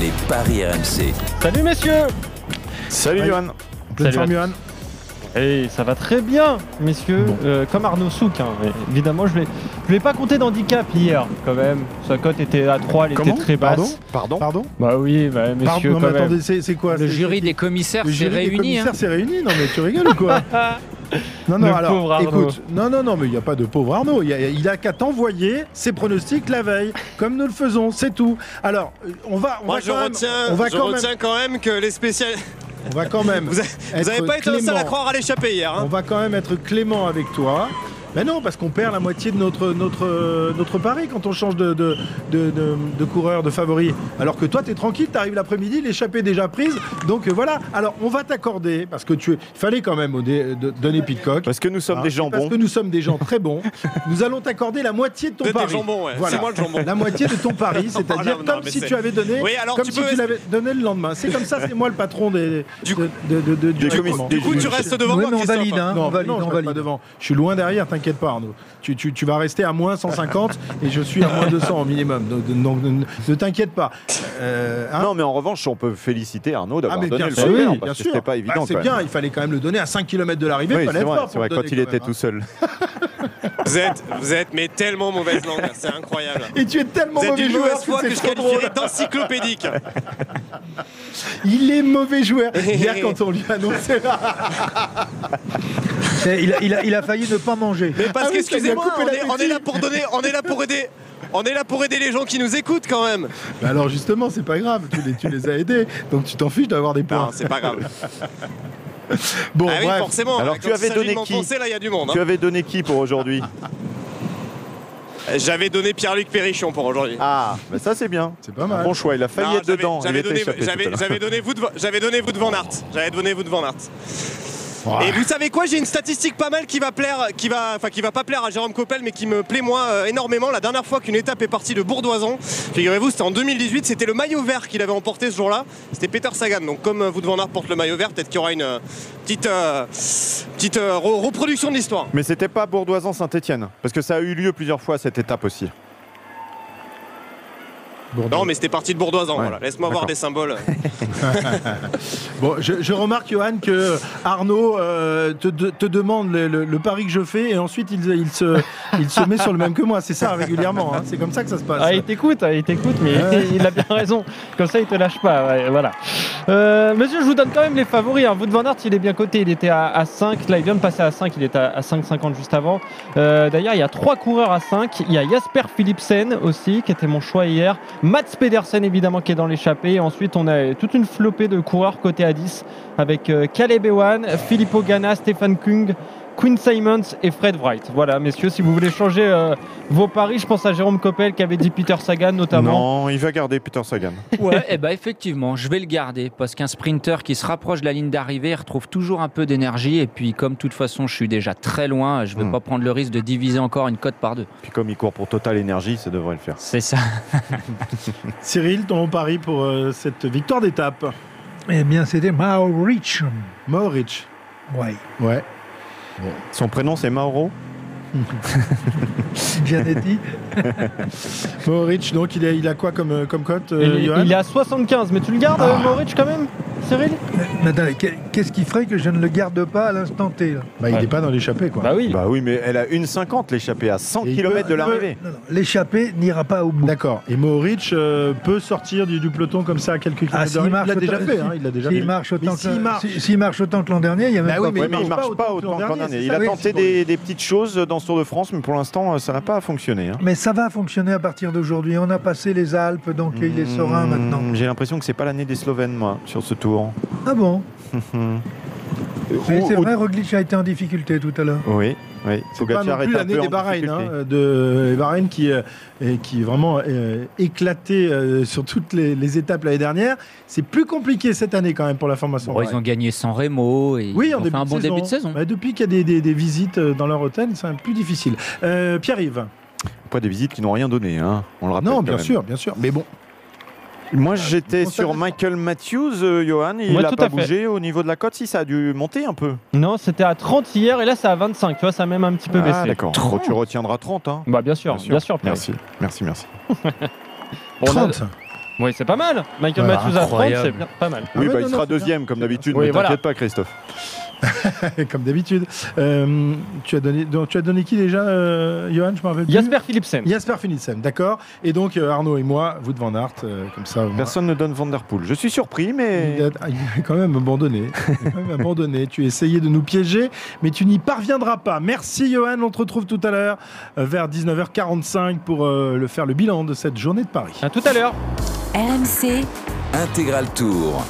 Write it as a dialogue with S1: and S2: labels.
S1: Les paris RMC.
S2: Salut messieurs
S3: Salut
S2: Ouais.
S3: Johan.
S2: Salut,
S3: Pleine forme, Johan.
S2: Et ça va très bien messieurs,
S3: Bon.
S2: Euh, comme Arnaud Souk. hein. Mais Évidemment, je ne l'ai pas compté d'handicap hier quand même. Sa cote était à 3, elle
S3: Comment
S2: était très basse.
S3: Pardon Pardon
S2: Pardon bah oui, bah,
S3: Pardon,
S2: messieurs
S3: non, mais
S2: quand même.
S3: attendez, c'est c'est quoi
S4: Le
S3: c'est-
S4: jury des commissaires
S3: le
S4: s'est
S3: jury des
S4: réuni. hein.
S3: commissaires s'est réuni Non mais tu rigoles ou quoi Non non
S2: Le pauvre
S3: alors
S2: Arnaud.
S3: écoute non non non mais il n'y a pas de pauvre Arnaud il, y a- il a qu'à t'envoyer ses pronostics la veille comme nous le faisons c'est tout alors euh, on va on
S5: Moi,
S3: va
S5: je
S3: quand même
S5: retiens,
S3: on va
S5: je
S3: quand même-
S5: retiens quand même que les spécialistes.
S3: on va quand même
S5: Vous Vous
S3: être
S5: n'avez pas été le seul à
S3: clément.
S5: croire à l'échappée hier.
S3: on
S5: Hein.
S3: va quand même être clément avec toi mais non, parce qu'on perd la moitié de notre, notre, euh, notre pari quand on change de, de, de- de- de coureur, de favori. Alors que toi, t'es tranquille, t'arrives l'après-midi, l'échappée est déjà prise. Donc euh, voilà. Alors, on va t'accorder, parce que tu es- il fallait quand même au dé- de- donner Pitcock.
S6: Parce que nous sommes
S3: hein,
S6: des
S3: Parce
S6: jambons.
S3: que nous sommes des gens très bons. Nous allons t'accorder la moitié de ton
S5: Vous êtes des
S3: pari.
S5: jambons, ouais.
S3: Voilà.
S5: C'est moi le jambon.
S3: La moitié de ton pari, c'est-à-dire
S5: Non, non,
S3: comme
S5: mais
S3: si
S5: c'est-
S3: tu avais donné,
S5: Oui, alors
S3: comme
S5: tu
S3: si
S5: peux-
S3: tu l'avais donné le lendemain. C'est comme ça, c'est moi le patron des,
S5: Du
S3: de- de- de- de- du
S6: Des commis-
S3: règlement.
S6: des
S5: Du coup, tu restes devant
S7: Ouais,
S5: moi,
S7: mais on
S5: Christophe.
S7: valide, hein.
S3: Non,
S7: on valide,
S3: non, je
S7: on
S3: reste
S7: valide.
S3: pas devant. Je suis loin derrière, t'inquiète pas Arnaud. Tu, tu- tu vas rester à moins 150 et je suis à moins 200 au minimum. Donc, donc, ne, ne t'inquiète pas. Euh, hein
S6: non, mais en revanche, on peut féliciter Arnaud
S3: ah
S6: d'avoir
S3: mais
S6: donné
S3: bien
S6: le
S3: sûr,
S6: premier,
S3: bien
S6: parce que
S3: sûr.
S6: c'était pas
S3: Bah,
S6: évident.
S3: c'est
S6: quand même.
S3: bien, il fallait quand même le donner à 5 km de l'arrivée.
S6: Oui,
S3: il fallait
S6: c'est
S3: être
S6: vrai,
S3: fort
S6: c'est
S3: pour
S6: vrai,
S3: le
S6: quand
S3: donner
S6: il était
S3: même, hein.
S6: tout seul.
S5: Vous êtes, vous êtes, mais tellement mauvaise langue, hein, c'est incroyable.
S3: Et tu es tellement
S5: Vous êtes
S3: mauvais
S5: d'une
S3: joueur,
S5: mauvaise
S3: que
S5: foi que
S3: c'est
S5: je
S3: trop drôle.
S5: qualifierais d'encyclopédique.
S3: Il est mauvais joueur. Hier, quand on lui annonçait là.
S7: C'est- Il a, il a- il a failli ne pas manger.
S5: Mais parce
S3: Ah oui,
S5: qu'excusez-moi,
S3: ça
S5: on,
S3: lui a coupé
S5: est-
S3: la
S5: on est là pour donner, on est là pour aider, on est là pour aider les gens qui nous écoutent quand même.
S3: Bah alors justement, c'est pas grave, tu les, tu les as aidés, donc tu t'en fiches d'avoir des points.
S5: Non, c'est pas grave.
S3: bon,
S5: ah oui,
S3: bref.
S5: forcément.
S6: Alors,
S5: quand
S6: tu
S5: il
S6: avais
S5: s'agit de
S6: donné qui
S5: m'enfoncer, là, il y a du monde.
S6: Tu
S5: hein.
S6: avais donné qui pour aujourd'hui
S5: J'avais donné Pierre-Luc Perrichon pour aujourd'hui.
S6: Ah, bah ça c'est bien.
S3: C'est pas mal.
S6: Bon choix, il a
S5: Non,
S6: failli être
S5: j'avais-
S6: dedans. Il
S5: J'avais
S6: était
S5: donné,
S6: échappé tout à
S5: j'avais-
S6: l'heure.
S5: j'avais donné vous de, j'avais donné vous de Van Aert. J'avais donné vous de Van Aert.
S3: Ah.
S5: Et vous savez quoi J'ai une statistique pas mal qui va plaire, qui va, enfin qui va pas plaire à Jérôme Coppel, mais qui me plaît moi euh, énormément. La dernière fois qu'une étape est partie de Bourdoisan, figurez-vous, c'était en 2018. C'était le maillot vert qu'il avait emporté ce jour-là. C'était Peter Sagan. Donc comme euh, vous de Van Aert porte le maillot vert, peut-être qu'il y aura une euh, petite, euh, petite euh, re- reproduction de l'histoire.
S6: Mais c'était pas Bourdoisan-Saint-Etienne, parce que ça a eu lieu plusieurs fois cette étape aussi.
S3: Bon,
S5: Non, mais c'était parti de Bourdoisan.
S6: Ouais.
S5: Voilà. Laisse-moi voir
S6: D'accord.
S5: des symboles.
S3: Bon, je, je remarque, Johan, que Arnaud euh, te, de- te demande le, le- le pari que je fais et ensuite il, il se, il se met sur le même que moi. C'est ça régulièrement, hein. c'est comme ça que ça se passe.
S2: Ah, il t'écoute, ah, il t'écoute, mais
S3: Ouais.
S2: il a bien raison. Comme ça, il te lâche pas. ouais, voilà. Euh, monsieur, je vous donne quand même les favoris. Hein. Wood Van Aert, il est bien coté. Il était à, à 5. Là, il vient de passer à 5. Il était à, à 5,50 juste avant. Euh, D'ailleurs, il y a trois coureurs à 5. Il y a Jasper Philipsen aussi, qui était mon choix hier. Mats Pedersen, évidemment, qui est dans l'échappée. Et Ensuite, on a toute une flopée de coureurs cotés à 10 avec euh, Caleb Ewan, Filippo Ganna, Stefan Kung. Quinn Simons et Fred Wright. Voilà, messieurs, si vous voulez changer euh, vos paris, je pense à Jérôme Coppel qui avait dit Peter Sagan notamment.
S6: Non, il va garder Peter Sagan.
S4: Ouais, et bah effectivement, je vais le garder parce qu'un sprinter qui se rapproche de la ligne d'arrivée il retrouve toujours un peu d'énergie. Et puis, comme de toute façon, je suis déjà très loin, je ne vais
S6: Hmm.
S4: pas prendre le risque de diviser encore une cote par deux.
S6: Puis comme il court pour Total Energy, ça devrait le faire.
S4: C'est ça.
S3: Cyril, ton pari pour euh, cette victoire d'étape
S7: Eh bien, c'était Mao Rich.
S3: Maurich.
S7: Ouais,
S3: Ouais.
S6: Son prénom c'est Mauro
S7: bien dit.
S3: Maurich, donc il a, il a quoi comme, euh, comme cote, euh,
S2: Il,
S3: Johan
S2: il est à 75, mais tu le gardes, euh, Maurice, quand même Cyril
S7: Mais attendez, qu'est- qu'est-ce qui ferait que je ne le garde pas à l'instant T là
S3: Bah, Il n'est pas dans l'échappée, quoi.
S2: Bah oui.
S6: Bah oui, mais elle a une 50 l'échappée à 100
S3: Et il
S6: km
S3: peut-
S6: de l'arrivée.
S7: Non, non, L'échappée n'ira pas au bout.
S3: D'accord. Et Maurich euh, peut sortir du, du peloton comme ça à quelques kilomètres.
S7: Ah, s'il
S3: de- il
S7: marche
S3: l'a déjà
S7: autant-
S3: fait.
S7: si-
S3: hein, il l'a déjà
S7: Bah, s'il
S3: fait.
S7: marche
S3: Mais
S7: autant que
S3: s'il
S7: l'an-
S3: marche-
S7: si- s'il marche autant que l'an dernier, il y a même
S3: Bah oui,
S7: pas
S3: mais
S6: Ouais,
S3: il
S6: mais il
S3: marche
S6: marche
S3: pas
S6: pas
S3: autant
S6: autant
S3: que l'an
S6: qu'en
S3: dernier,
S6: année.
S3: c'est
S6: Il
S3: ça,
S6: a
S3: oui,
S6: tenté
S3: c'est
S6: des, des petites choses dans ce Tour de France, mais pour l'instant, euh, ça n'a pas fonctionné. hein.
S7: Mais ça va fonctionner à partir d'aujourd'hui. On a passé les Alpes, donc il est serein
S6: Mmh,
S7: maintenant.
S3: Ah
S6: J'ai l'impression que c'est pas l'année des Slovènes, moi, sur ce tour.
S7: Ah bon Mais
S6: Roux-
S7: c'est vrai, Roglic a été en difficulté tout à l'heure.
S6: Oui, oui.
S3: pas non
S6: Pogacar
S3: plus
S6: est un
S3: l'année
S6: peu
S3: des
S6: en
S3: Bahreïn, hein,
S6: difficulté.
S3: euh, de et Bahreïn qui, euh, et qui est vraiment euh, éclaté euh, sur toutes les, les étapes l'année dernière. C'est plus compliqué cette année quand même pour la formation.
S4: Bon, ils
S3: Bahreïn.
S4: ont gagné sans Remo et
S3: oui,
S4: ils
S3: en
S4: ont fait
S3: début
S4: un
S3: de
S4: bon
S3: saison.
S4: début de saison.
S3: Bah, depuis qu'il y a des, des- des visites euh, dans leur hôtel, c'est un peu plus difficile. Euh, Pierre-Yves.
S6: Pas des visites qui n'ont rien donné, hein. on le rappelle.
S3: Non,
S6: Ah, quand
S3: bien
S6: même.
S3: sûr, bien sûr. Mais bon,
S6: Moi, j'étais
S3: on
S6: sur
S3: s'arrête.
S6: Michael Matthews, euh, Johan. Il
S2: Ouais,
S6: n'a
S2: tout
S6: pas
S2: à fait.
S6: bougé au niveau de la cote. Si, ça a dû monter un peu.
S2: Non, c'était à 30 hier et là c'est à 25. Tu vois, ça a même un petit peu
S6: ah,
S2: baissé.
S6: d'accord.
S4: 30.
S6: Tu retiendras 30. Hein.
S2: Bah bien sûr,
S6: Bien
S2: bien
S6: sûr.
S2: sûr. Pierre.
S6: Merci, merci, merci.
S3: Ah
S2: On a-
S3: 30.
S2: Oui, c'est pas mal. Michael
S3: Voilà,
S2: Matthews à 30,
S4: incroyable.
S2: c'est bien- pas mal.
S6: Oui,
S3: ouais,
S6: bah,
S3: non,
S6: il
S3: non,
S6: sera
S3: c'est bien.
S6: deuxième comme
S3: C'est
S6: d'habitude.
S2: bien.
S6: ne
S2: Oui, voilà.
S6: t'inquiète pas, Christophe.
S3: Comme d'habitude. Euh, tu, as donné, donc, tu as donné qui déjà, euh, Johan Je m'en rappelle plus.
S2: Jasper Philipsen.
S3: Jasper Philipsen, d'accord. Et donc euh, Arnaud et moi, vous de Van Aert, euh, comme ça. au moins.
S6: Personne ne donne Vanderpool. Je suis surpris, mais
S3: Il a, il a quand même abandonné. Il a quand même abandonné. Tu essayais de nous piéger, mais tu n'y parviendras pas. Merci Johan, on te retrouve tout à l'heure euh, vers 19h45 pour euh, le faire le bilan de cette journée de Paris.
S2: À tout à l'heure.
S8: RMC,
S1: Intégral Tour.